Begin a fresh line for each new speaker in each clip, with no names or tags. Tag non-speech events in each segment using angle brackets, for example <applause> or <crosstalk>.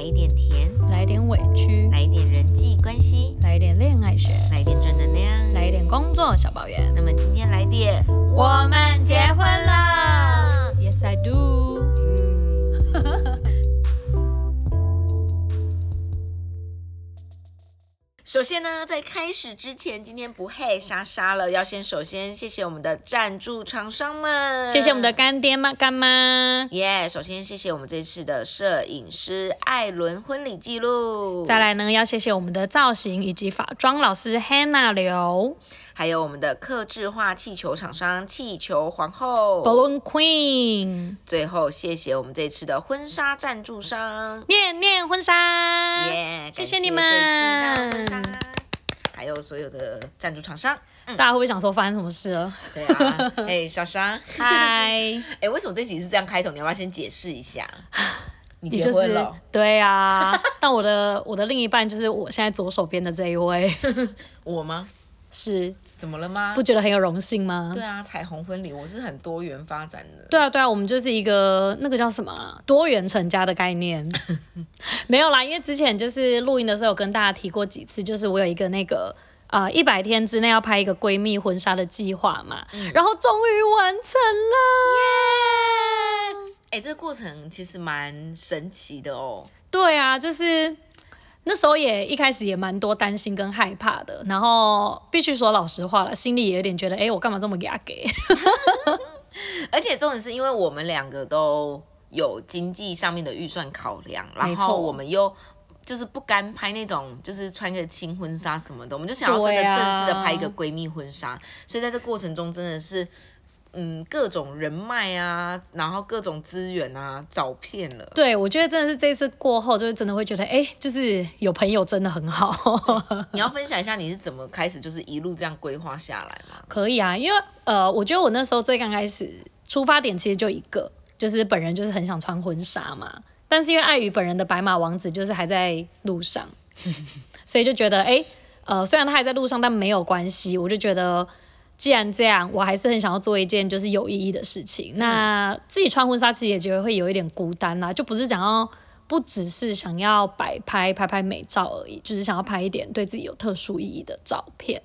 一点甜，
来点委屈，
来一点人际关系，
来点恋爱学，
来一点正能量。
来点工作小抱怨。
那么今天来点，
我们结婚
啊
了，Yes I do。
首先呢，在开始之前，今天不嘿莎莎了，要先首先谢谢我们的赞助厂商们，
谢谢我们的干爹妈干妈，
耶首先谢谢我们这次的摄影师艾伦婚礼记录，
再来呢要谢谢我们的造型以及法妆老师 Hannah 刘
还有我们的客制化气球厂商气球皇后。
Balloon Queen
最后谢谢我们这次的婚纱赞助商，
念念婚纱嗯
耶、
谢
感
谢
谢
你
这次上婚
们。
纱还有所有的赞助厂商。
大家会不会想说发生什么事了？
对
<laughs>
啊，哎，莎莎，
嗨，
<laughs> 哎、为什么这集是这样开头？你要不要先解释
<laughs>
一下？你
你
结
就是
婚了？
对啊，但我的我的另一半就是我现在左手边的这一位，
我吗？
是
怎么了吗
不？觉得很有荣幸吗？
对啊，彩虹婚礼，我是很多元发展的。
对啊，对啊，我们就是一个那个叫什么啊多元成家的概 <laughs> 念，没有啦，因为之前就是录音的时候有跟大家提过几次，就是我有一个那个。呃，一百天之内要拍一个闺蜜婚纱的计划嘛，然后终于完成了。
哎、这个过程其实蛮神奇的哦。
对啊，就是那时候也一开始也蛮多担心跟害怕的，然后必须说老实话了，心里也有点觉得，哎、我干嘛这么给他给？
而且重点是因为我们两个都有经济上面的预算考量，然
没
后
错
我们又就是不甘拍那种就是穿个轻婚纱什么的，我们就想要真的
对啊
正式的拍一个闺蜜婚纱。所以在这过程中真的是。嗯，各种人脉啊，然后各种资源啊，找遍了。
对，我觉得真的是这次过后，就是真的会觉得，哎、就是有朋友真的很好。
你要分享一下你是怎么开始，就是一路这样规划下来吗？
可以啊，因为呃，我觉得我那时候最刚开始出发点其实就一个，就是本人就是很想穿婚纱嘛，但是因为碍于本人的白马王子就是还在路上， <laughs> 所以就觉得哎、诶呃，虽然他还在路上，但没有关系，我就觉得。既然这样，我还是很想要做一件就是有意义的事情。那自己穿婚纱其实也觉得会有一点孤单啊啦，就不是想要，不只是想要摆拍拍拍美照而已，就是想要拍一点对自己有特殊意义的照片。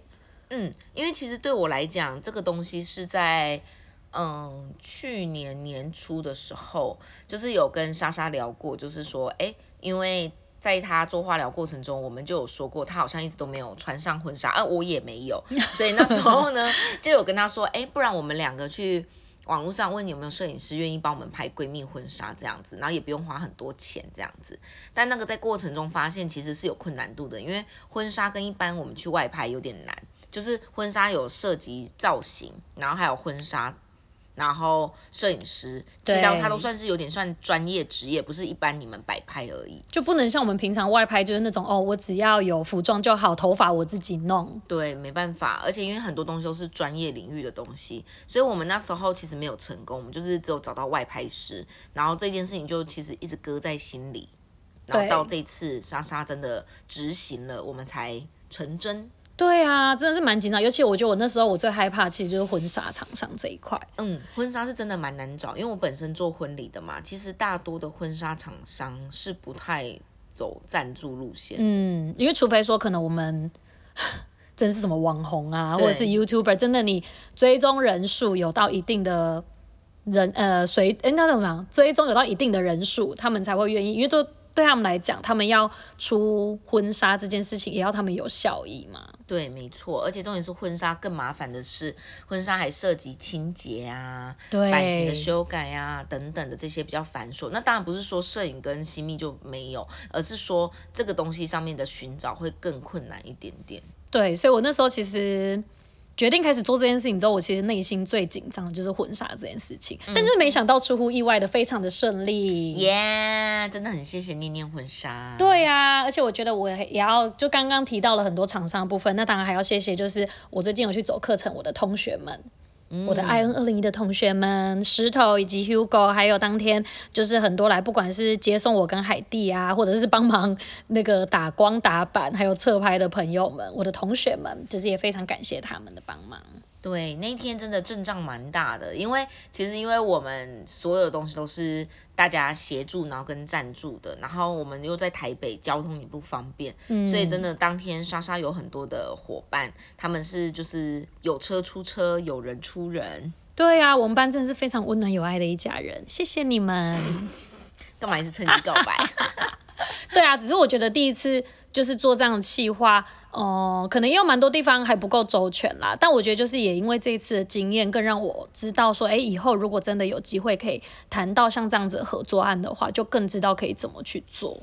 嗯，因为其实对我来讲，这个东西是在嗯去年年初的时候，就是有跟莎莎聊过，就是说，诶，因为在她做化疗过程中，我们就有说过，她好像一直都没有穿上婚纱，啊，我也没有，所以那时候呢，就有跟她说，诶，不然我们两个去。网络上问有没有摄影师愿意帮我们拍闺蜜婚纱这样子，然后也不用花很多钱这样子。但那个在过程中发现其实是有困难度的，因为婚纱跟一般我们去外拍有点难，就是婚纱有涉及造型，然后还有婚纱，然后摄影师，其
对
他他都算是有点算专业职业，不是一般你们摆拍而已。
就不能像我们平常外拍，就是那种哦，我只要有服装就好，头发我自己弄。
对，没办法，而且因为很多东西都是专业领域的东西，所以我们那时候其实没有成功，我们就是只有找到外拍师，然后这件事情就其实一直搁在心里，然后
对
到这次莎莎真的执行了，我们才成真。
对啊，真的是蛮紧张，尤其我觉得我那时候我最害怕，其实就是婚纱厂商这一块。
嗯，婚纱是真的蛮难找，因为我本身做婚礼的嘛，其实大多的婚纱厂商是不太走赞助路线。
嗯，因为除非说可能我们 <laughs> 真是什么网红啊，或
对
者是 YouTuber，真的你追踪人数有到一定的人呃谁诶，那叫什么啊？追踪有到一定的人数，他们才会愿意，因为都对他们来讲，他们要出婚纱这件事情，也要他们有效益嘛。
对，没错，而且重点是婚纱更麻烦的是，婚纱还涉及清洁啊、
对，
版型的修改啊等等的这些比较繁琐。那当然不是说摄影跟新密就没有，而是说这个东西上面的寻找会更困难一点点。
对，所以我那时候其实决定开始做这件事情之后，我其实内心最紧张的就是婚纱这件事情，但就是没想到出乎意外的非常的顺利。
耶、真的很谢谢念念婚纱。
对呀、而且我觉得我也要就刚刚提到了很多厂商的部分，那当然还要谢谢，就是我最近有去走课程，我的同学们，我的 I N 二零一的同学们，石头以及 Hugo，还有当天就是很多来，不管是接送我跟海蒂啊，或者是帮忙 <laughs> 那个打光打板，还有侧拍的朋友们，我的同学们，就是也非常感谢他们的帮忙。
对，那一天真的阵仗蛮大的，因为其实因为我们所有东西都是大家协助，然后跟赞助的，然后我们又在台北，交通也不方便，所以真的当天莎莎有很多的伙伴，他们是就是有车出车，有人出人，
对啊，我们班真的是非常温暖有爱的一家人，谢谢你们。
干嘛一直趁机告白？ <laughs>
对啊，只是我觉得第一次就是做这样的企划，哦、可能也有蛮多地方还不够周全啦。但我觉得就是也因为这一次的经验，更让我知道说，哎，以后如果真的有机会可以谈到像这样子的合作案的话，就更知道可以怎么去做。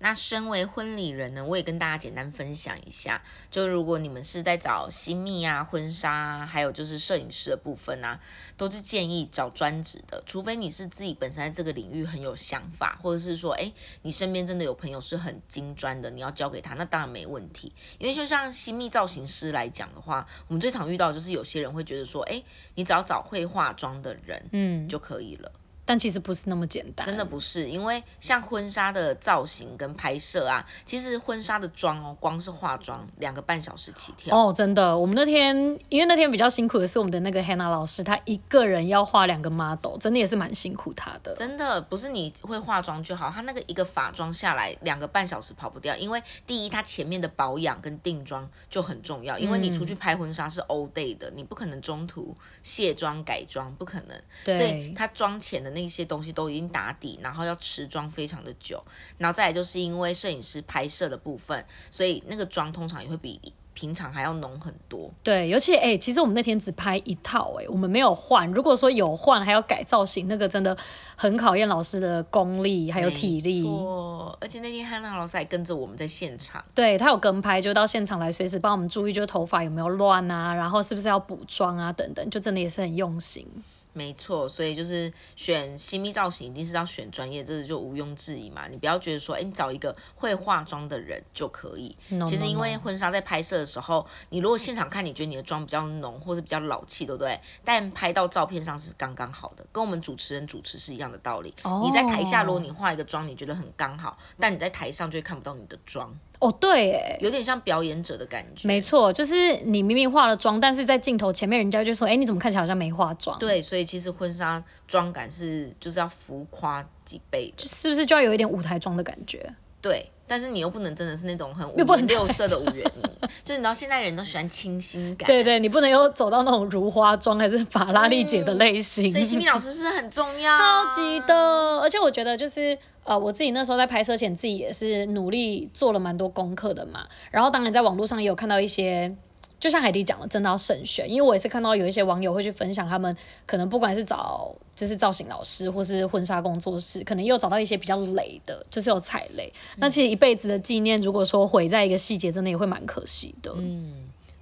那身为婚礼人呢，我也跟大家简单分享一下，就如果你们是在找新密啊、婚纱啊，还有就是摄影师的部分啊，都是建议找专职的，除非你是自己本身在这个领域很有想法，或者是说，诶，你身边真的有朋友是很精专的，你要交给他，那当然没问题。因为就像新密造型师来讲的话，我们最常遇到就是有些人会觉得说，诶，你只要找会化妆的人，嗯，就可以了。
但其实不是那么简单，
真的不是，因为像婚纱的造型跟拍摄啊，其实婚纱的妆哦，光是化妆两个半小时起跳。
哦，真的，我们那天因为那天比较辛苦的是我们的那个 Hannah 老师，她一个人要画两个 model，真的也是蛮辛苦她的。
真的不是你会化妆就好，她那个一个法妆下来两个半小时跑不掉，因为第一，她前面的保养跟定妆就很重要，因为你出去拍婚纱是 all day 的，你不可能中途卸妆改妆，不可能。所以
对，
她妆前的那些东西都已经打底，然后要持妆非常的久，然后再来就是因为摄影师拍摄的部分，所以那个妆通常也会比平常还要浓很多。
对，尤其哎、其实我们那天只拍一套哎、我们没有换。如果说有换，还要改造型，那个真的很考验老师的功力还有体力
没。错而且那天汉娜老师还跟着我们在现场。
对他有跟拍，就到现场来随时帮我们注意，就是头发有没有乱啊，然后是不是要补妆啊等等，就真的也是很用心。
没错，所以就是选新密造型，一定是要选专业，这个就毋庸置疑嘛。你不要觉得说，哎，你找一个会化妆的人就可以。
No,
其实
no,
因
no
为婚纱在拍摄的时候，你如果现场看，你觉得你的妆比较浓或是比较老气，对不对？但拍到照片上是刚刚好的，跟我们主持人主持是一样的道理。
哦
你在台下，如果你化一个妆，你觉得很刚好，但你在台上就会看不到你的妆，
哦，对哎、
有点像表演者的感觉。
没错，就是你明明化了妆，但是在镜头前面，人家就说：“哎、你怎么看起来好像没化妆？”，
对，所以其实婚纱妆感是就是要浮夸几倍的。
是不是就要有一点舞台妆的感觉？
对，但是你又不能真的是那种很五
又不
颜
能
六色的五元泥， <laughs> 就是你知道现在人都喜欢清新感。
对对，你不能有走到那种如花妆还是法拉利姐的类型。 <laughs>
所以新民老师是不是很重要？
超级的，而且我觉得就是呃，我自己那时候在拍摄前，自己也是努力做了蛮多功课的嘛。然后当然在网络上也有看到一些，就像海迪讲的，真的要慎选，因为我也是看到有一些网友会去分享他们可能不管是找就是造型老师或是婚纱工作室，可能又找到一些比较雷的，就是有踩雷。那其实一辈子的纪念，如果说毁在一个细节，真的也会蛮可惜的。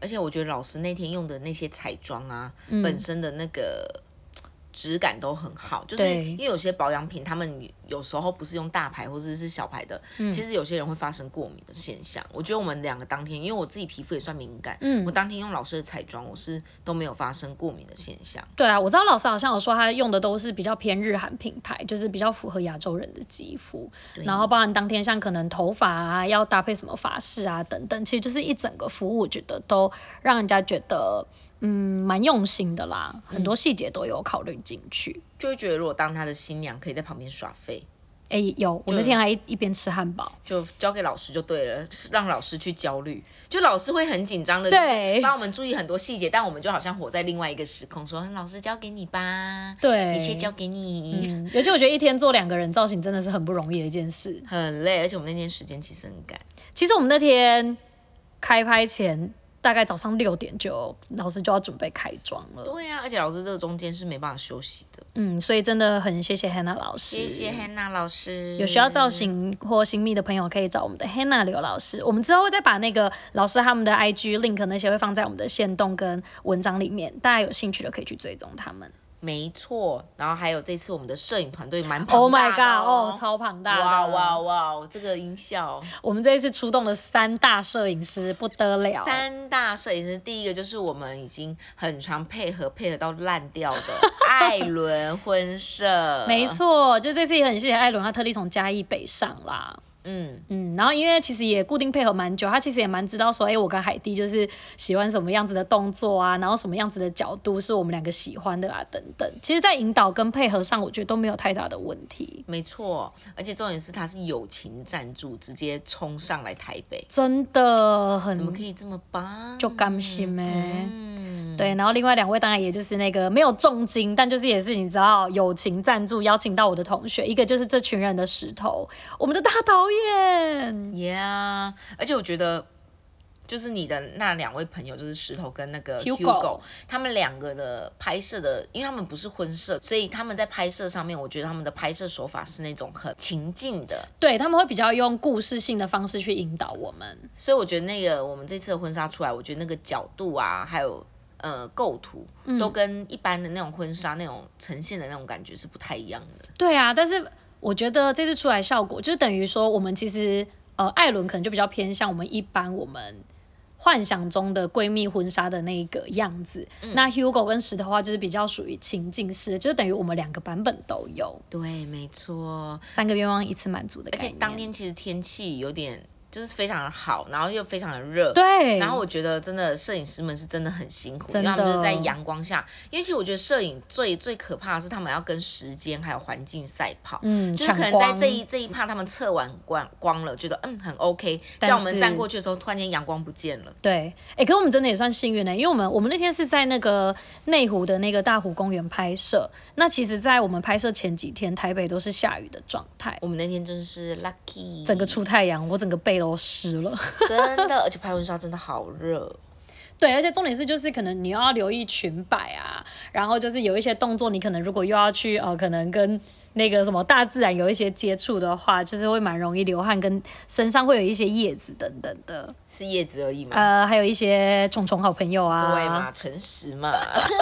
而且我觉得老师那天用的那些彩妆啊，本身的那个质感都很好，就是
对
因为有些保养品，他们有时候不是用大牌或者是小牌的，其实有些人会发生过敏的现象。我觉得我们两个当天，因为我自己皮肤也算敏感，我当天用老师的彩妆，我是都没有发生过敏的现象。
对啊，我知道老师好像有说他用的都是比较偏日韩品牌，就是比较符合亚洲人的肌肤。然后包含当天像可能头发啊，要搭配什么发饰啊等等，其实就是一整个服务，我觉得都让人家觉得嗯蛮用心的啦，很多细节都有考虑进去。
就会觉得，如果当他的新娘可以在旁边耍废，
哎、有我那天还一一边吃汉堡，
就交给老师就对了，是让老师去焦虑，就老师会很紧张的，
对
就是帮我们注意很多细节，但我们就好像活在另外一个时空，说嗯老师交给你吧，
对
一切交给你，
嗯尤其我觉得一天做两个人造型真的是很不容易的一件事。
很累，而且我们那天时间其实很赶，
其实我们那天开拍前。大概早上六点就老师就要准备开妆了，
对啊呀、而且老师这个中间是没办法休息的，
嗯，所以真的很谢谢 Hannah 老师。
谢谢 Hannah 老师，
有需要造型或新密的朋友，可以找我们的 Hannah 刘老师。我们之后会再把那个老师他们的 IG link 那些会放在我们的线动跟文章里面，大家有兴趣的可以去追踪他们。
没错，然后还有这次我们的摄影团队蛮庞
Oh my
大
god！
的
哦
哦，
超庞大的！
哇哇哇！这个音效，
我们这一次出动了三大摄影师，不得了。
三大摄影师，第一个就是我们已经很常配合，配合到烂
<laughs>
掉的艾伦婚摄，
没，错，就这次也很谢谢艾伦，他特地从嘉义北上啦。
嗯，
嗯，然后因为其实也固定配合蛮久，他其实也蛮知道说，哎、我跟海蒂就是喜欢什么样子的动作啊，然后什么样子的角度是我们两个喜欢的啊，等等。其实，在引导跟配合上，我觉得都没有太大的问题。
没错，而且重点是他是友情赞助，直接冲上来台北，
真的
怎么
很
可以这么棒？
嗯就甘心哎、
嗯，
对，然后另外两位当然也就是那个没有重金，但就是也是你知道友情赞助邀请到我的同学，一个就是这群人的石头，我们的大导演，
，Yeah，而且我觉得。就是你的那两位朋友，就是石头跟那个
Hugo
他们两个的拍摄的，因为他们不是婚摄，所以他们在拍摄上面，我觉得他们的拍摄手法是那种很情境的，
对他们会比较用故事性的方式去引导我们。
所以我觉得那个我们这次的婚纱出来，我觉得那个角度啊，还有呃构图，
嗯
都跟一般的那种婚纱那种呈现的那种感觉是不太一样的。
对啊，但是我觉得这次出来效果，就是等于说我们其实呃，艾伦可能就比较偏向我们一般我们。幻想中的闺蜜婚纱的那个样子，那 Hugo 跟石头的话就是比较属于情境式，就是等于我们两个版本都有，
对，没错。
三个愿望一次满足的
而
概
且
念。
当天其实天气有点就是非常的好，然后又非常的热。。
对，
然后我觉得真的摄影师们是真的很辛苦，因
真
为
的
他们就是在阳光下。因为其实我觉得摄影最最可怕的是他们要跟时间还有环境赛跑。
嗯，
就是
抢
可能在
光
这一这一趴，他们测完光光了，觉得嗯很 OK，
但
叫我们
是
站过去的时候，突然间阳光不见了。
对，哎、可我们真的也算幸运欸的、因为我们我们那天是在那个内湖的那个大湖公园拍摄，那其实，在我们拍摄前几天，台北都是下雨的状态。
我们那天真是
<laughs>
lucky，
整个出太阳，我整个背都湿了。 <laughs>
真的，而且拍婚纱真的好热，
对，而且重点是，就是可能你要留意裙摆啊，然后就是有一些动作，你可能如果又要去呃，可能跟那个什么大自然有一些接触的话，就是会蛮容易流汗，跟身上会有一些叶子等等的，
是叶子而已嘛，
呃，还有一些虫虫好朋友啊，
对嘛，诚实嘛。 <laughs>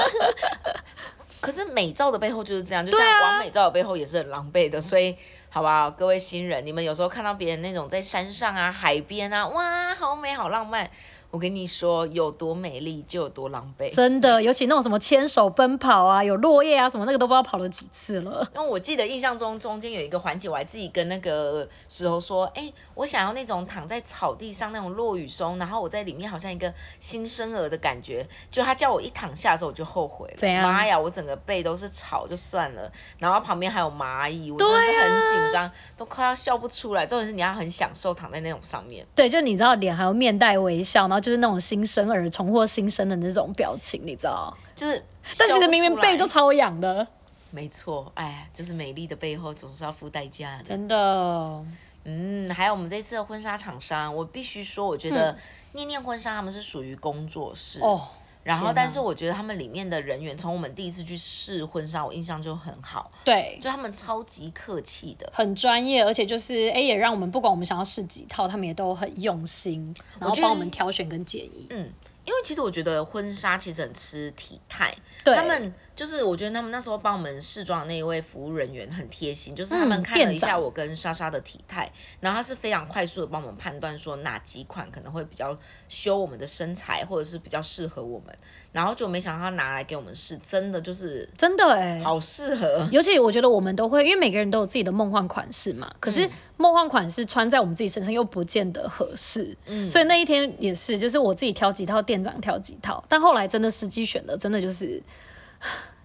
可是美照的背后就是这样，就像
啊
完美照的背后也是很狼狈的，所以好不好？各位新人，你们有时候看到别人那种在山上啊、海边啊，哇，好美好浪漫，我跟你说，有多美丽就有多狼狈。
真的，尤其那种什么牵手奔跑啊，有落叶啊什么，那个都不知道跑了几次了。 <laughs>
因为我记得印象中中间有一个环节，我还自己跟那个石头说：“哎、我想要那种躺在草地上那种落雨松，然后我在里面好像一个新生儿的感觉。”就他叫我一躺下的时候，我就后悔
怎
了。
样
妈呀，我整个背都是草就算了，然后旁边还有蚂蚁，我真的是很紧张，都快要笑不出来。重点是你要很享受躺在那种上面。
对，就你知道脸还有面带微笑，然后就是那种新生儿重获新生的那种表情，你知道？
就是笑
但
不出来，
其实明明背就超痒的，
没错，哎，就是美丽的背后总是要付代价的。
真的。
嗯，还有我们这次的婚纱厂商，我必须说，我觉得念念婚纱他们是属于工作室，
嗯哦，
然后
天
但
哪
是我觉得他们里面的人员，从我们第一次去试婚纱，我印象就很好，
对，
就他们超级客气的。
很专业，而且就是哎，也让我们不管我们想要试几套，他们也都很用心，然后
觉得嗯
帮我们挑选跟建议。
因为其实我觉得婚纱其实很吃体态，
对
他们就是我觉得他们那时候帮我们试妆的那一位服务人员很贴心，就是他
嗯
们看了一
店
下
长
我跟莎莎的体态，然后他是非常快速的帮我们判断说哪几款可能会比较修我们的身材，或者是比较适合我们，然后就没想到他拿来给我们试，真的就是
真的哎，
好适合。
尤其我觉得我们都会，因为每个人都有自己的梦幻款式嘛。可是梦幻款式穿在我们自己身上又不见得合适，所以那一天也是，就是我自己挑几套，店长挑几套，但后来真的实际选的，真的就是。 <sighs>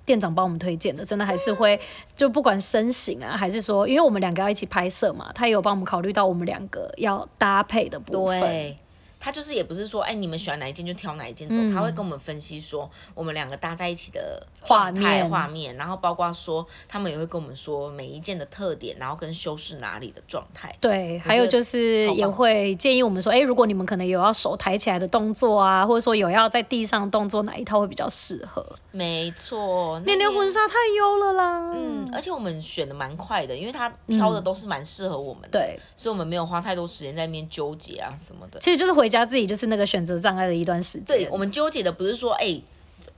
店长帮我们推荐的，真的还是会就不管身形啊，还是说，因为我们两个要一起拍摄嘛，他也有帮我们考虑到我们两个要搭配的部分。
对，他就是也不是说，哎、你们喜欢哪一件就挑哪一件走，
嗯
他会跟我们分析说我们两个搭在一起的
画
状态
面
画面，然后包括说他们也会跟我们说每一件的特点，然后跟修饰哪里的状态。
对，还有就是
超棒
也会建议我们说，哎、如果你们可能有要手抬起来的动作啊，或者说有要在地上的动作，哪一套会比较适合？
没错，
念念婚
纱。
纱太优了啦。
嗯，而且我们选的蛮快的，因为他挑的都是蛮适合我们的，
对，
所以我们没有花太多时间在那边纠结啊什么的。
其实就是回家自己就是那个选择障碍的一段时间
对，。我们纠结的不是说，哎、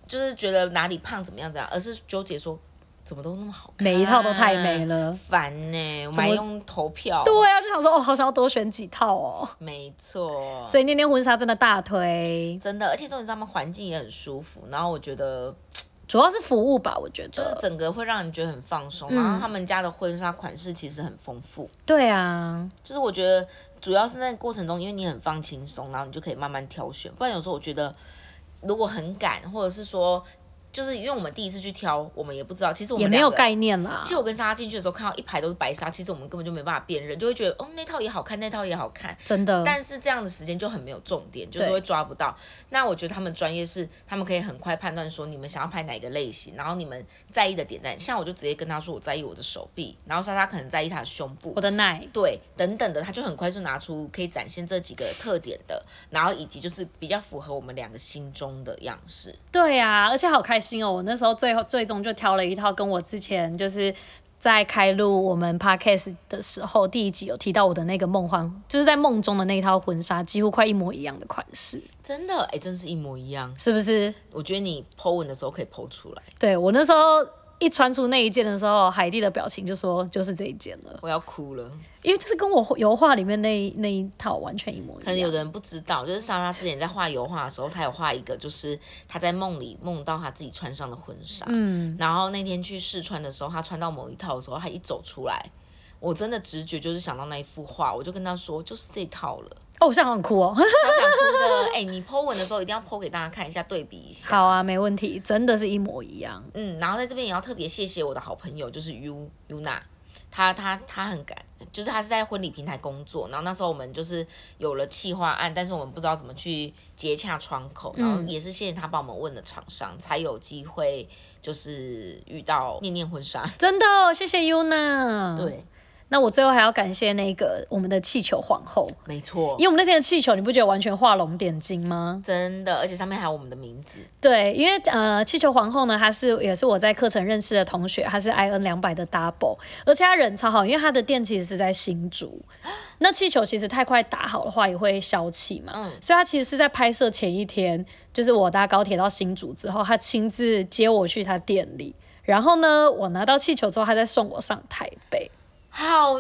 就是觉得哪里胖怎么样怎么样，而是纠结说怎么都那么好看，
每一套都太美，了。
烦呢、我们还用投票，
对，啊，就想说哦，好想要多选几套哦。
没错，
所以那天婚纱真的大推，
真的，而且重点是他们环境也很舒服，然后我觉
呃
得
主要是服务吧，我觉
就
得。
是整个会让你觉得很放松，
嗯
然后他们家的婚纱款式其实很丰富，
对啊，
就是我觉得主要是那个过程中，因为你很放轻松，然后你就可以慢慢挑选。不然有时候我觉得，如果很赶，或者是说，就是因为我们第一次去挑，我们也不知道，其实我们
也没有
两个。
概念啦
其。实我跟莎莎进去的时候，看到一排都是白纱，其实我们根本就没办法辨认，就会觉得，哦，那套也好看，那套也好看。
真的，
但是这样的时间就很没有重点，就是
对
会抓不到。那我觉得他们专业是，他们可以很快判断说你们想要拍哪个类型，然后你们在意的点在。像我就直接跟他说我在意我的手臂，然后莎莎可能在意她的胸部
我，的奶
对，等等的，他就很快速拿出可以展现这几个特点的，然后以及就是比较符合我们两个心中的样式。
对啊，而且好开心哦！我那时候最后最终就挑了一套跟我之前就是在开录我们 podcast 的时候第一集有提到我的那个梦幻，就是在梦中的那一套婚纱，几乎快一模一样的款式，
真的，哎，真是一模一样。
是不是？
我觉得你 Po 文的时候可以 Po 出来，
对我那时候一穿出那一件的时候，海蒂的表情就说就是这一件了，
我要哭了。
因为就是跟我油画里面那一那一套完全一模
可能
一
有
样。
的人不知道，就是莎莎之前在画油画的时候，她有画一个，就是她在梦里梦到她自己穿上的婚纱。嗯，然后那天去试穿的时候，她穿到某一套的时候，她一走出来，我真的直觉就是想到那一幅画，我就跟她说就是这套了。
哦，我现在好想哭哦。 <laughs>
超想哭的。 <laughs> 哎、你 Po 文的时候一定要 Po 给大家看一下，对比一下。
好啊，没问题，真的是一模一样。
嗯，然后在这边也要特别谢谢我的好朋友，就是 U Yuna。她她她很感，就是她是在婚礼平台工作，然后那时候我们就是有了企划案，但是我们不知道怎么去接洽窗口，然
嗯
后也是谢谢她帮我们问的厂商，才有机会就是遇到念念婚纱。
真的哦、谢谢 Yuna。，
<laughs> 对，
那我最后还要感谢那个我们的气球皇后，
没错
因，为我们那天的气球，你不觉得完全画龙点睛吗？
真的，而且上面还有我们的名字，
对，因为呃，气球皇后呢，她是也是我在课程认识的同学，她是 I N 两百的 double，而且她人超好，因为她的店其实是在新竹，那气球其实太快打好的话也会消气嘛，
嗯
所以她其实是在拍摄前一天，就是我搭高铁到新竹之后，她亲自接我去她店里，然后呢，我拿到气球之后，她再送我上台北。
好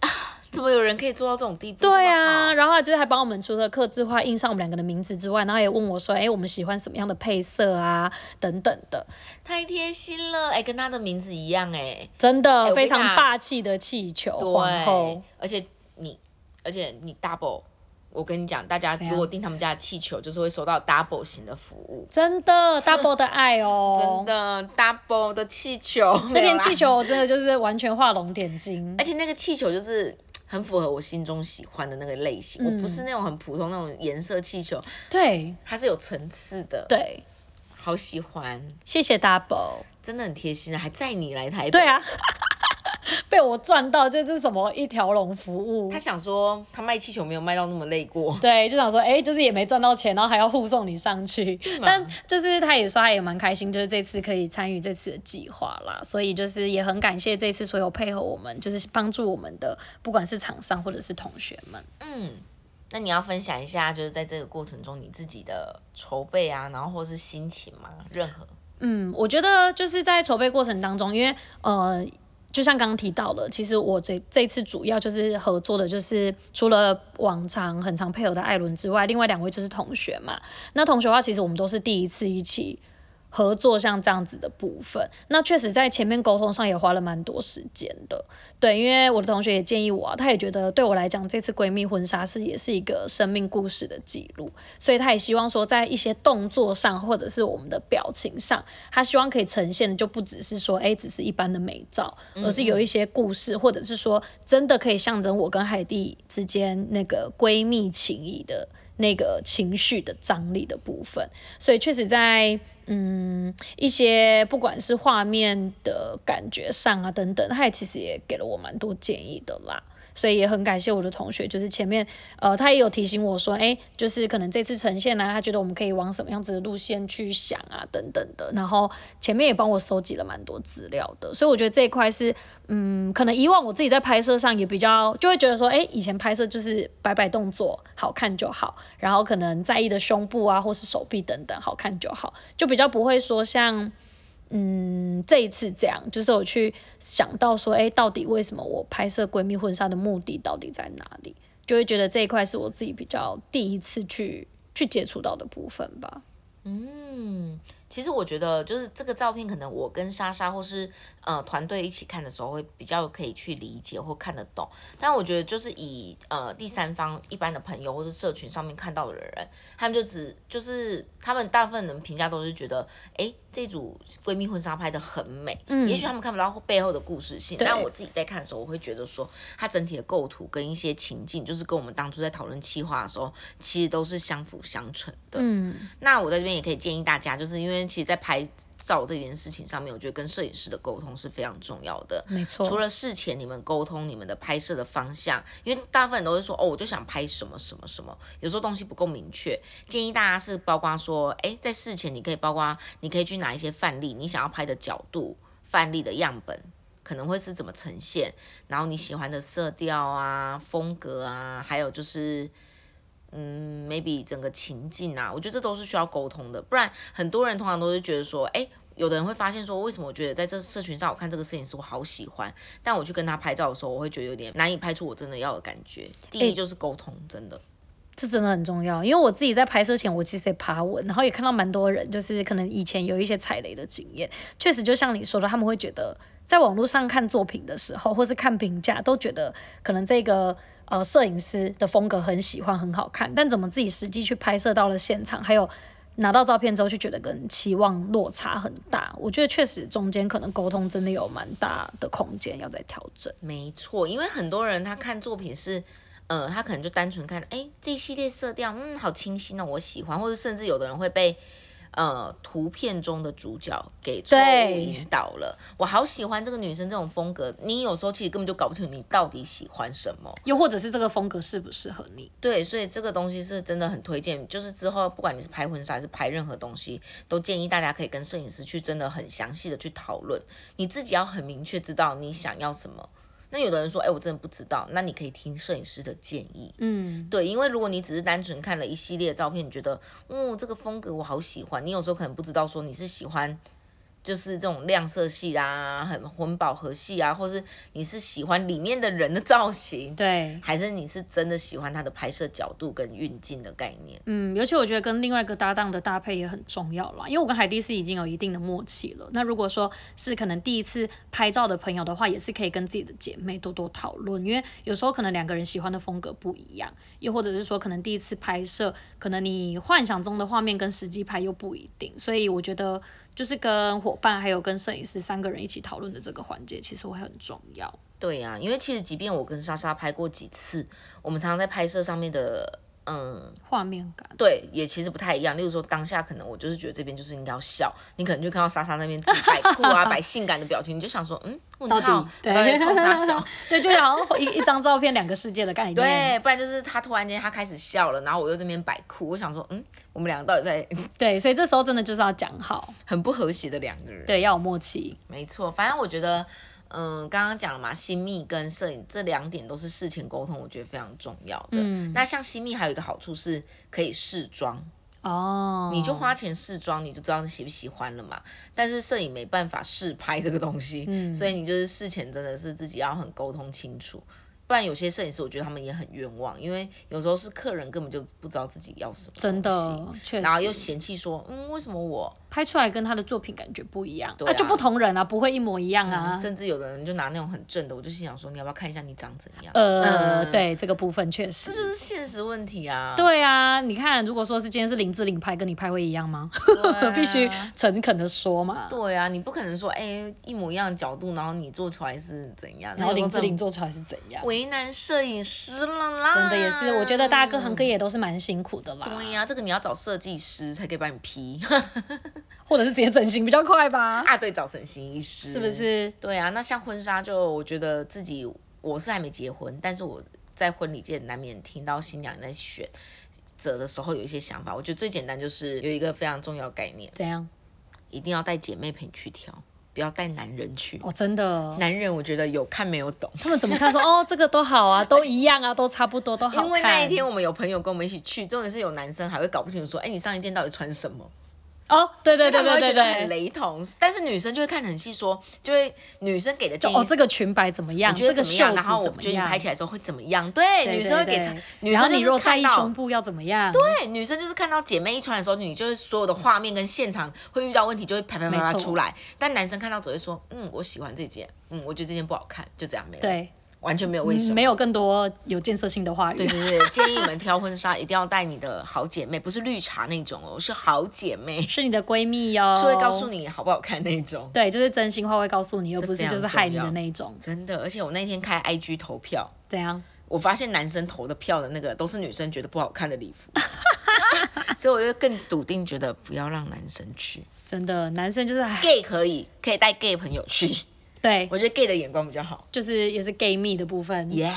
啊，怎么有人可以做到这种地步？
对
这么
啊，
好，
然后他就是还帮我们除了刻字化印上我们两个的名字之外，然后也问我说：“哎、我们喜欢什么样的配色啊？等等的，
太贴心了，哎、跟她的名字一样、哎。
真的、
哎我跟
非
你
常
讲
霸气的气球皇后
对，，而且你，而且你 double，我跟你讲，大家
样
如果订他们家的气球，就是会收到 double 型的服务，
真的 double 的爱哦
<laughs> 真。的 double 的气球，
那
没有
天
啦哎
气，球真的就是完全画龙点睛
而，且那个气球就是。很符合我心中喜欢的那个类
嗯
型，我不是那种很普通那种颜色气球，
对
它是有层次的，
对，
好喜欢，
谢谢 double，
真的很贴心啊，还载你来台北。
对，啊， <laughs> 被我赚到就是什么一条龙服务
他。想说他卖气球没有卖到那么累过，
对，就想说，哎、就是也没赚到钱，然后还要护送你上去。但就是他也说，他也蛮开心，就是这次可以参与这次的计划啦，所以就是也很感谢这次所有配合我们，就是帮助我们的，不管是厂商或者是同学们。
那你要分享一下，就是在这个过程中你自己的筹备啊，然后或是心情吗？任何
嗯，我觉得就是在筹备过程当中，因为呃。就像刚刚提到的，其实我这这次主要就是合作的，就是除了往常很常配合的艾伦之外，另外两位就是同学嘛。那同学的话，其实我们都是第一次一起合作像这样子的部分。那确实在前面沟通上也花了蛮多时间的，对，因为我的同学也建议我、啊，他也觉得对我来讲，这次闺蜜婚纱是也是一个生命故事的记录，所以他也希望说，在一些动作上或者是我们的表情上，他希望可以呈现的就不只是说，哎，只是一般的美照，而是有一些故事，或者是说真的可以象征我跟海蒂之间那个闺蜜情谊的。那个情绪的张力的部分，所以确实在嗯一些不管是画面的感觉上啊等等，他也其实也给了我蛮多建议的啦。所以也很感谢我的同学，就是前面呃他也有提醒我说，哎，就是可能这次呈现啊，他觉得我们可以往什么样子的路线去想啊，等等的。然后前面也帮我收集了蛮多资料的，所以我觉得这一块是嗯，可能以往我自己在拍摄上也比较就会觉得说，哎，以前拍摄就是摆摆动作好看就好，然后可能在意的胸部啊或是手臂等等好看就好，就比较不会说像。嗯，这一次这样，就是我去想到说，哎，到底为什么我拍摄闺蜜婚纱的目的到底在哪里？就会觉得这一块是我自己比较第一次去去接触到的部分吧。
其实我觉得，就是这个照片，可能我跟莎莎或是呃团队一起看的时候，会比较可以去理解或看得懂。但我觉得，就是以呃第三方一般的朋友或是社群上面看到的人，他们就只就是他们大部分人评价都是觉得，诶，这组闺蜜婚纱拍的很美。嗯，也许他们看不到背后的故事性，
对
但我自己在看的时候，我会觉得说，它整体的构图跟一些情境，就是跟我们当初在讨论企划的时候，其实都是相辅相成的。
嗯，
那我在这边也可以建议大家，就是因为其实，在拍照这件事情上面，我觉得跟摄影师的沟通是非常重要的。
没错。
除了事前你们沟通你们的拍摄的方向，因为大部分人都会说哦，我就想拍什么什么什么，有时候东西不够明确，建议大家是包括说，诶，在事前你可以包括你可以去拿一些范例，你想要拍的角度、范例的样本。可能会是怎么呈现，然后你喜欢的色调啊、风格啊，还有就是，嗯，maybe 整个情境啊，我觉得这都是需要沟通的，不然很多人通常都是觉得说，诶，有的人会发现说，为什么我觉得在这社群上我看这个摄影师我好喜欢，但我去跟他拍照的时候，我会觉得有点难以拍出我真的要的感觉。第一
诶
就是沟通，真的，
这真的很重要，因为我自己在拍摄前，我其实也爬文，然后也看到蛮多人，就是可能以前有一些踩雷的经验，确实就像你说的，他们会觉得在网络上看作品的时候，或是看评价，都觉得可能这个呃摄影师的风格很喜欢，很好看，但怎么自己实际去拍摄到了现场，还有拿到照片之后，就觉得跟期望落差很大。我觉得确实中间可能沟通真的有蛮大的空间要再调整。
没错，因为很多人他看作品是。呃，他可能就单纯看，诶，这一系列色调，嗯，好清新哦，我喜欢，或者甚至有的人会被，呃，图片中的主角给错误
对
引导了。我好喜欢这个女生这种风格，你有时候其实根本就搞不清楚你到底喜欢什么。
又或者是这个风格适不适合你？
对，所以这个东西是真的很推荐，就是之后不管你是拍婚纱还是拍任何东西，都建议大家可以跟摄影师去真的很详细的去讨论，你自己要很明确知道你想要什么。那有的人说，哎，我真的不知道，那你可以听摄影师的建议。
嗯，
对，因为如果你只是单纯看了一系列的照片，你觉得，嗯，这个风格我好喜欢，你有时候可能不知道说你是喜欢。就是这种亮色系啊，很混饱和系啊，或是你是喜欢里面的人的造型，
对。
还是你是真的喜欢它的拍摄角度跟运镜的概念？
嗯，尤其我觉得跟另外一个搭档的搭配也很重要啦，因为我跟海蒂是已经有一定的默契了。那如果说是可能第一次拍照的朋友的话，也是可以跟自己的姐妹多多讨论，因为有时候可能两个人喜欢的风格不一样，又或者是说可能第一次拍摄，可能你幻想中的画面跟实际拍又不一定，所以我觉得就是跟伙伴还有跟摄影师三个人一起讨论的这个环节，其实会很重要。
对呀、因为其实即便我跟莎莎拍过几次，我们常常在拍摄上面的，嗯，
画面感，
对，也其实不太一样。例如说当下可能我就是觉得这边就是应该要笑，你可能就看到莎莎那边自己摆酷 <laughs> 啊、摆性感的表情，你就想说，嗯，问
到底
号，
对
到底在冲啥笑？
<laughs> 对，就好像一一张照片两个世界的概念。
<laughs> 对，不然就是他突然间他开始笑了，然后我又这边摆酷，我想说，嗯，我们两个到底在 <laughs>
对，所以这时候真的就是要讲好，
很不和谐的两个人。
对，要有默契。
没错，反正我觉得，嗯，刚刚讲了嘛，新密跟摄影这两点都是事前沟通，我觉得非常重要的。嗯，那像新密还有一个好处是可以试妆，
哦，
你就花钱试妆，你就知道你喜不喜欢了嘛。但是摄影没办法试拍这个东西，
嗯
<laughs> 所以你就是事前真的是自己要很沟通清楚。不然有些摄影师，我觉得他们也很冤枉，因为有时候是客人根本就不知道自己要什么，
真，的确
然后又
实
嫌弃说，嗯，为什么我
拍出来跟他的作品感觉不一样，
对啊嗯
就不同人啊，不会一模一样啊。
甚至有的人就拿那种很正的，我就心想说，你要不要看一下你长怎样？
呃，对这个部分确实
嗯这。就是现实问题啊。
对啊，你看，如果说是今天是林志玲拍，跟你拍会一样吗？
对啊
<laughs> 必须诚恳的说嘛。
对啊，你不可能说，哎、一模一样的角度，然后你做出来是怎样？
然后
那
林
有时
志
候
玲做出来是怎样
真的？为难摄影师了啦。
真的也是，我觉得大家各行各业都是蛮辛苦的啦。
对呀、这个你要找设计师才可以帮你 P <laughs>
或者是直接整形比较快吧，
啊，对，找整形医师
是不？是？
对啊，那像婚纱就我觉得自己我是还没结婚，但是我在婚礼界难免听到新娘在选择的时候有一些想法。我觉得最简单就是有一个非常重要的概念，
怎样？
一定要带姐妹陪你去挑，不要带男人去。
哦，真的，
男人我觉得有看没有懂，
他们怎么看说哦，这个都好啊，都一样啊，都差不多，都好看。
<laughs> 因为那一天我们有朋友跟我们一起去，重点是有男生还会搞不清楚说，哎，你上一件到底穿什么？
哦，对对对
他们
对
会
对
觉得很
对，
雷同，但是女生就会看得很细说，就会女生给的
就
建议
哦，这个裙摆怎么样？
你觉得
这个
怎么
袖
样？
子
然后我
怎么
觉得你
样？
拍起来的时候会怎么样？对，
对
女生会给
对
成
对
女
然后
生
你
就是
若在
看
意
到
胸，部要怎么样？
对，女生就是看到姐妹一穿的时候，你就是所有的画面跟现场会遇到问题就会啪啪啪啪
没错
出来，但男生看到只会说，嗯，我喜欢这件，嗯，我觉得这件不好看，就这样没了，，
对
完全没有为什么。
嗯没有更多有建设性的话语。
对对对，建议你们挑婚纱一定要带你的好姐妹，不是绿茶那种哦，是好姐妹，
是你的闺蜜哟、
是会告诉。你好不好看那种。
对，就是真心话会告诉你，又
这
不
非
是
常
就是
重
害你
要
的那一种。
真的，而且我那天开 IG 投票，
怎样？
我发现男生投的票的那个都是女生觉得不好看的礼服，所以我就更笃定觉得不要让男生去
真的，男生就是唉
，gay 可以，可以带 gay 朋友去，
对，
我觉得 gay 的眼光比较好。
就是也是 gay 蜜的部分。
Yeah，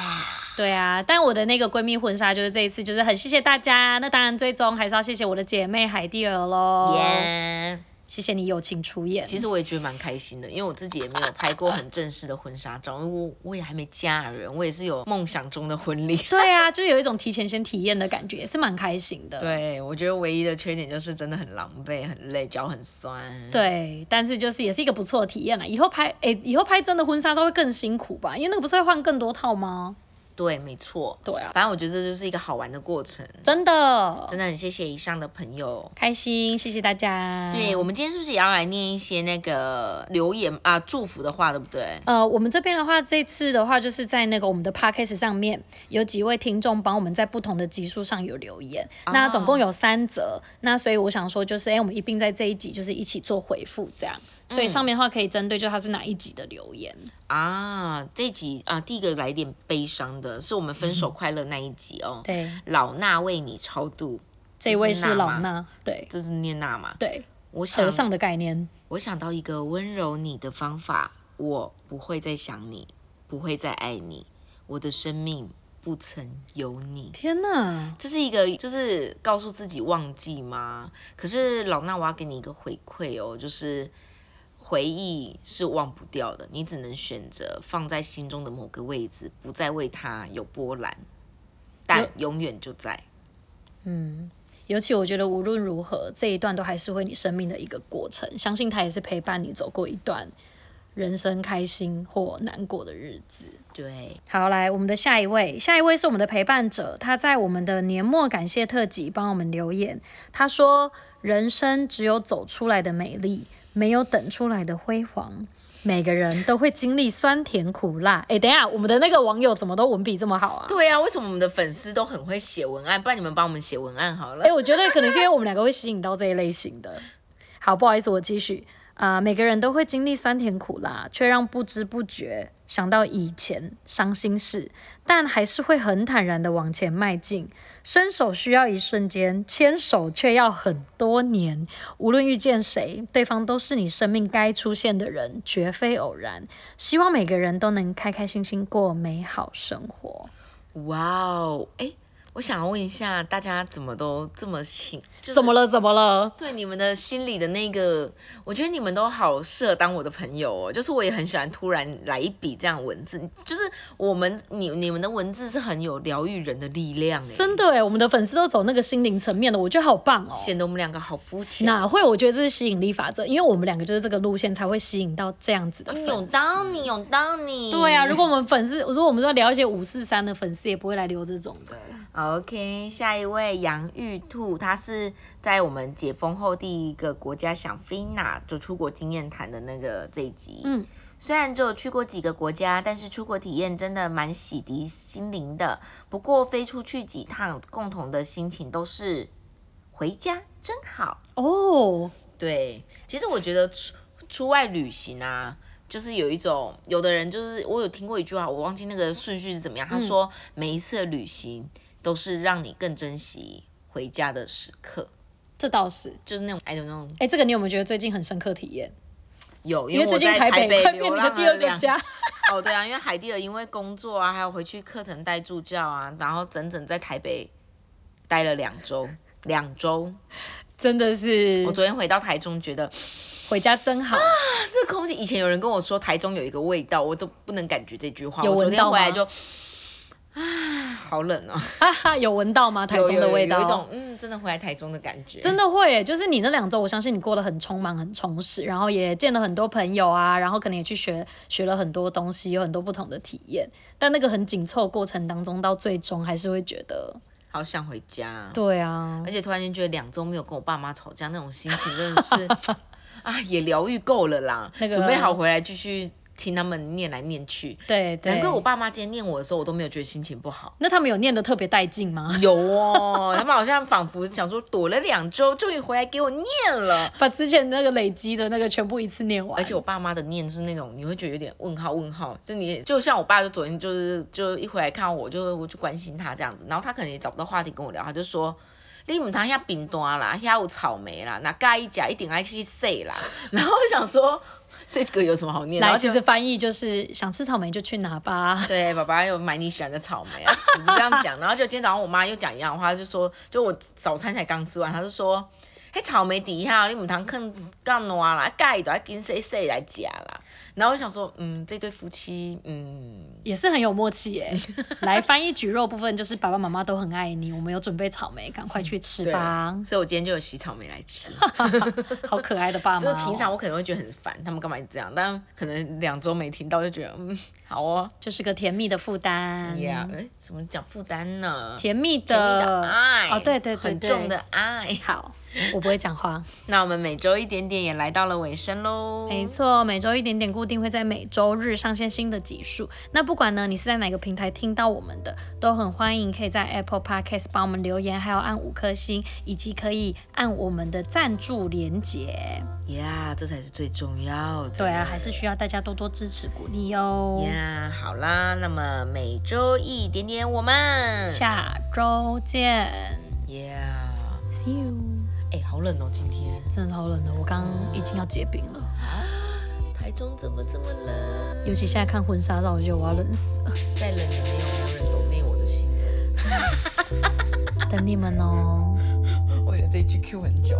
对啊，但我的那个闺蜜婚纱就是这一次，就是很谢谢大家。那当然，最终还是要谢谢我的姐妹海蒂尔喽。
yeah，
谢谢你友情出演。
其实我也觉得蛮开心的，因为我自己也没有拍过很正式的婚纱照，因为我我也还没嫁人，我也是有梦想中的婚礼。 <laughs>
对啊，就是有一种提前先体验的感觉，也是蛮开心的。
对，我觉得唯一的缺点就是真的很狼狈、很累、脚很酸。
对，但是就是也是一个不错的体验啦。以后拍，哎、以后拍真的婚纱照会更辛苦吧？因为那个不是会换更多套吗？
对，没错。
对啊，
反正我觉得这就是一个好玩的过程，
真的
真的很谢谢以上的朋友。
开心，谢谢大家。
对，我们今天是不是也要来念一些那个留言啊祝福的话，对不对？
呃，我们这边的话，这次的话就是在那个我们的 podcast 上面，有几位听众帮我们在不同的集数上有留言，那总共有三则，那所以我想说就是，哎、我们一并在这一集就是一起做回复这样，所以上面的话可以针对就它是哪一集的留言，
啊，这集啊，第一个来点悲伤的，是我们分手快乐那一集哦。 <laughs>
对，
老衲为你超度，
这一位
是
是
娜
老
吗
衲，对
这是念娜嘛？
对，
我想
和，尚的概念，
我想到一个温柔你的方法，我不会再想你，不会再爱你，我的生命不曾有你。
天哪，
这是一个就是告诉自己忘记吗？可是老衲我要给你一个回馈哦，就是回忆是忘不掉的，你只能选择放在心中的某个位置，不再为它有波澜，但永远就在。
尤其我觉得无论如何这一段都还是会你生命的一个过程，相信它也是陪伴你走过一段人生开心或难过的日子。
对，
好，来我们的下一位，下一位是我们的陪伴者，他在我们的年末感谢特辑帮我们留言，他说：“人生只有走出来的美丽，没有等出来的辉煌。”每个人都会经历酸甜苦辣。哎、等一下，我们的那个网友怎么都文笔这么好啊？
对啊，为什么我们的粉丝都很会写文案？不然你们帮我们写文案好了
哎、。我觉得可能是因为我们两个会吸引到这一类型的。好，不好意思，我继续。啊、每个人都会经历酸甜苦辣，却让不知不觉想到以前伤心事，但还是会很坦然的往前迈进。伸手需要一瞬间，牵手却要很多年。无论遇见谁，对方都是你生命该出现的人，绝非偶然。希望每个人都能开开心心过美好生活。
哇哦，哎，我想要问一下大家，怎么都这么幸？就是、
怎么了？怎么了？
对你们的心里的那个，我觉得你们都好适合当我的朋友哦。就是我也很喜欢突然来一笔这样文字，就是我们你你们的文字是很有疗愈人的力量哎，
真的哎，我们的粉丝都走那个心灵层面的，我觉得好棒哦。
显得我们两个好肤浅。
哪会？我觉得这是吸引力法则，因为我们两个就是这个路线才会吸引到这样子的粉
有
丝。
嗯当你有当你，
对啊，如果我们粉丝，如果我们在聊一些五四三的粉丝，也不会来留这种的。
OK，下一位杨玉兔，他是在我们解封后第一个国家想菲娜就出国经验谈的那个这一集。
嗯，
虽然只有去过几个国家，但是出国体验真的蛮洗涤心灵的。不过飞出去几趟，共同的心情都是回家真好。
哦，
对，其实我觉得出出外旅行啊，就是有一种，有的人就是我有听过一句话，我忘记那个顺序是怎么
嗯
样。他说，每一次的旅行都是让你更珍惜回家的时刻，
这倒是。
就是那种 I don't know，
哎，这个你有没有觉得最近很深刻体验？
有，
因
为
为
我
最近
在
台
北
快变
流
你
浪
的
了
第二个
两
家，
哦，对啊，因为海蒂尔因为工作啊，还有回去课程带助教啊，然后整整在台北待了两周，两周。
<laughs> 真的是
我昨天回到台中，觉得
回家真好， <laughs>
这空气，以前有人跟我说台中有一个味道，我都不能感觉这句话。
有
我昨
闻
天
到
回来
吗
就，啊，好冷哦，
哈哈，有闻到吗？台
有
中的
有
味道，
有一种嗯，真的回来台中的感觉。
真的会耶，就是你那两周，我相信你过得很匆忙、很充实，然后也见了很多朋友啊，然后可能也去学学了很多东西，有很多不同的体验。但那个很紧凑的过程当中，到最终还是会觉得，
好想回家。哦
对啊，
而且突然间觉得两周没有跟我爸妈吵架，那种心情真
<laughs>
的是啊，也疗愈够了啦。
那个
准备好回来继续听他们念来念去。
对对。
难怪我爸妈今天念我的时候，我都没有觉得心情不好。
那他们有念的特别带劲吗？
有哦，他们好像仿佛想说躲了两周，终于回来给我念了。
把之前那个累积的那个全部一次念完，
而且我爸妈的念是那种，你会觉得有点问号问号，就你也就像我爸，就昨天就是就一回来看我，就我就关心他这样子，然后他可能也找不到话题跟我聊，他就说。你们他遐冰单啦，遐有草莓啦，那介意食一定爱去洗啦。 <laughs> 然后我想说，这个有什么好念？然
来，
后
其
就
实翻译就是想吃草莓就去拿吧。
对，爸爸有买你喜欢的草莓啊，死不这样讲。然后就今天早上我妈又讲一样的话，就说，就我早餐才刚吃完，她就说，嘿，草莓底下你唔通啃到烂啊啦，盖都要跟谁谁来夹啦。然后我想说，嗯，这对夫妻，嗯，
也是很有默契
<laughs>
耶。来翻译举肉部分就是爸爸妈妈都很爱你，我们有准备草莓，赶快去吃
对
吧。。
所以我今天就有洗草莓来吃，
好可爱的爸妈、哦。
就是平常我可能会觉得很烦，他们干嘛一直这样，但可能两周没听到就觉得，嗯，好哦，
就是个甜蜜的负担。
呀、yeah,，哎，什么讲负担呢？
嗯甜蜜
甜蜜
的
的爱，
哦，对对对
很
对，
重的爱。
好，我不会讲话。
那我们每周一点点也来到了尾声喽。
<laughs> 没错，每周一点点固定会在每周日上线新的集数。那不管呢你是在哪个平台听到我们的，都很欢迎可以在 Apple Podcast 帮我们留言，还有按五颗星，以及可以按我们的赞助连结。
呀这才是最重要的。
对啊，还是需要大家多多支持鼓励哦。
呀好啦，那么每周一点点，我们
下周见
呀，
，See you。
哎、好冷哦，今天
真的超冷的，我刚刚已经要结冰了。
台中怎么这么冷？
尤其现在看婚纱照，我觉得我要冷死了。
再冷也没有没有人懂内我的心。
等你们哦。哦
为了这一句 Q 很久。